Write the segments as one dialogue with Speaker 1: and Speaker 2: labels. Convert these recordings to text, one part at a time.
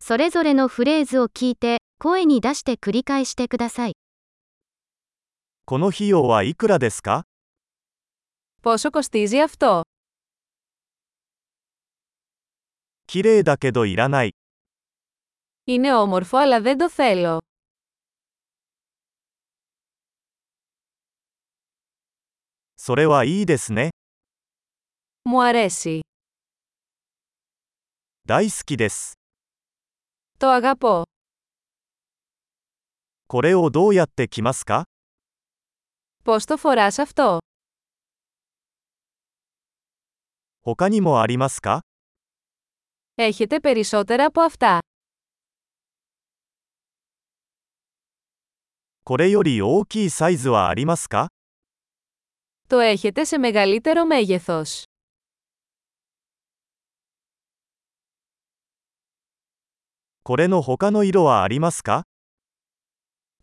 Speaker 1: それぞれのフレーズを聞いて、声に出して繰り返してください。
Speaker 2: この費用はいくらですか
Speaker 3: Πόσο κοστίζει αυτό?
Speaker 2: 綺麗だけどいらない。
Speaker 3: Είναι όμορφο αλλά δεν το θέλω.
Speaker 2: それはいいですね。
Speaker 3: Μου αρέσει.
Speaker 2: 大好きです。
Speaker 3: Το αγαπώ.
Speaker 2: これをどうやって着ますか
Speaker 3: Πώς το φοράς αυτό?
Speaker 2: 他にもありますか
Speaker 3: Έχετε περισσότερα από αυτά.
Speaker 2: これより大きいサイズはありますか
Speaker 3: Το έχετε σε μεγαλύτερο μέγεθος.
Speaker 2: これの他の色はありますか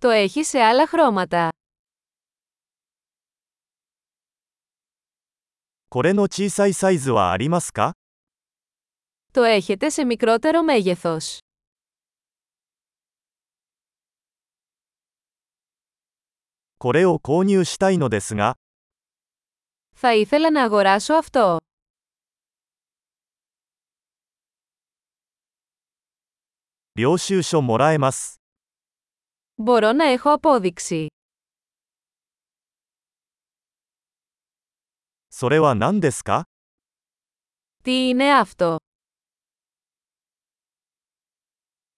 Speaker 3: Το έχει σε άλλα χρώματα.
Speaker 2: これの小さいサイズはありますか
Speaker 3: Το έχετε σε μικρότερο μέγεθος.
Speaker 2: これを購入したいのですが、
Speaker 3: Θα ήθελα να αγοράσω αυτό.
Speaker 2: 領収書もらえます。
Speaker 3: Μπορώ να έχω απόδειξη.
Speaker 2: それは何ですか
Speaker 3: Τι είναι αυτό?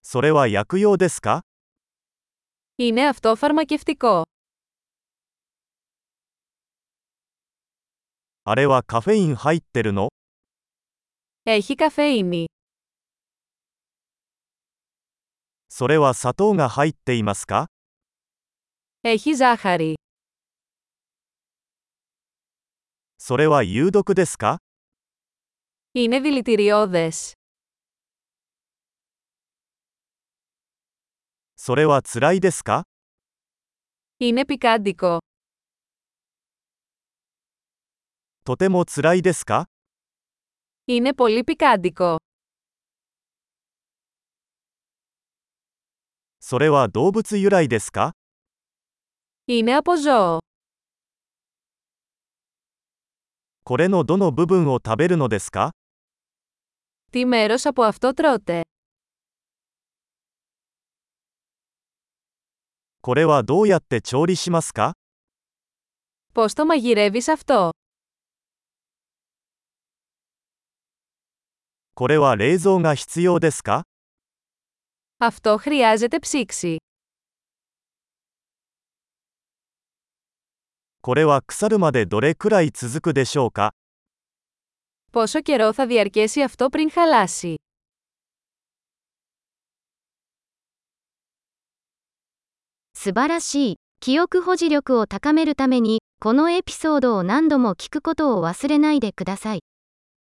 Speaker 2: それは薬用ですか
Speaker 3: Είναι αυτό φαρμακευτικό.
Speaker 2: あれはカフェイン入ってるの
Speaker 3: Έχει καφέινη.
Speaker 2: それは砂糖が入っていますか
Speaker 3: Έχει ζάχαρη.
Speaker 2: それは有毒ですか
Speaker 3: Είναι δηλητηριώδες.
Speaker 2: それは辛いですか
Speaker 3: Είναι πικάντικο.
Speaker 2: とても辛いですか
Speaker 3: Είναι πολύ πικάντικο.
Speaker 2: それは動物由来ですか
Speaker 3: Είναι από ζώο.
Speaker 2: これのどの部分を食べるのですか
Speaker 3: Τι μέρος από αυτό τρώτε?
Speaker 2: これはどうやって調理しますか
Speaker 3: Πώς το μαγειρεύεις αυτό?
Speaker 2: これは冷蔵が必要ですか
Speaker 3: Αυτό χρειάζεται ψήξη.
Speaker 2: これは腐るまでどれくらい続くでしょうか
Speaker 3: Πόσο καιρό θα διαρκέσει αυτό πριν χαλάσει?
Speaker 1: 素晴らしい。記憶保持力を高めるために、このエピソードを何度も聞くことを忘れないでください。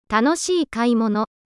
Speaker 1: 楽しい買い物。